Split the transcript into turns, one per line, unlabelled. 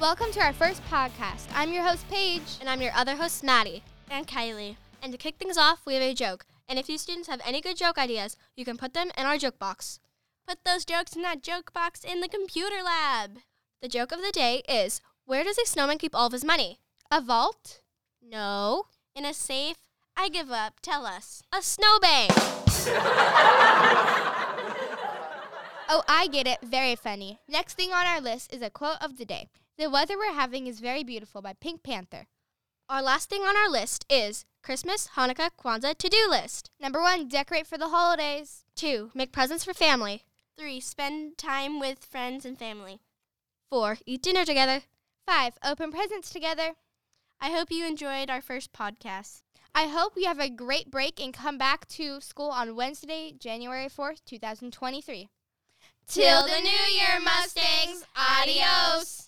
Welcome to our first podcast. I'm your host, Paige.
And I'm your other hosts, Maddie.
And Kylie.
And to kick things off, we have a joke. And if you students have any good joke ideas, you can put them in our joke box.
Put those jokes in that joke box in the computer lab.
The joke of the day is Where does a snowman keep all of his money?
A vault?
No.
In a safe? I give up. Tell us.
A snowbank.
Oh, I get it. Very funny. Next thing on our list is a quote of the day The weather we're having is very beautiful by Pink Panther.
Our last thing on our list is Christmas, Hanukkah, Kwanzaa to do list.
Number one, decorate for the holidays.
Two, make presents for family.
Three, spend time with friends and family.
Four, eat dinner together.
Five, open presents together.
I hope you enjoyed our first podcast.
I hope you have a great break and come back to school on Wednesday, January 4th, 2023.
Till the new year, Mustangs. Adios.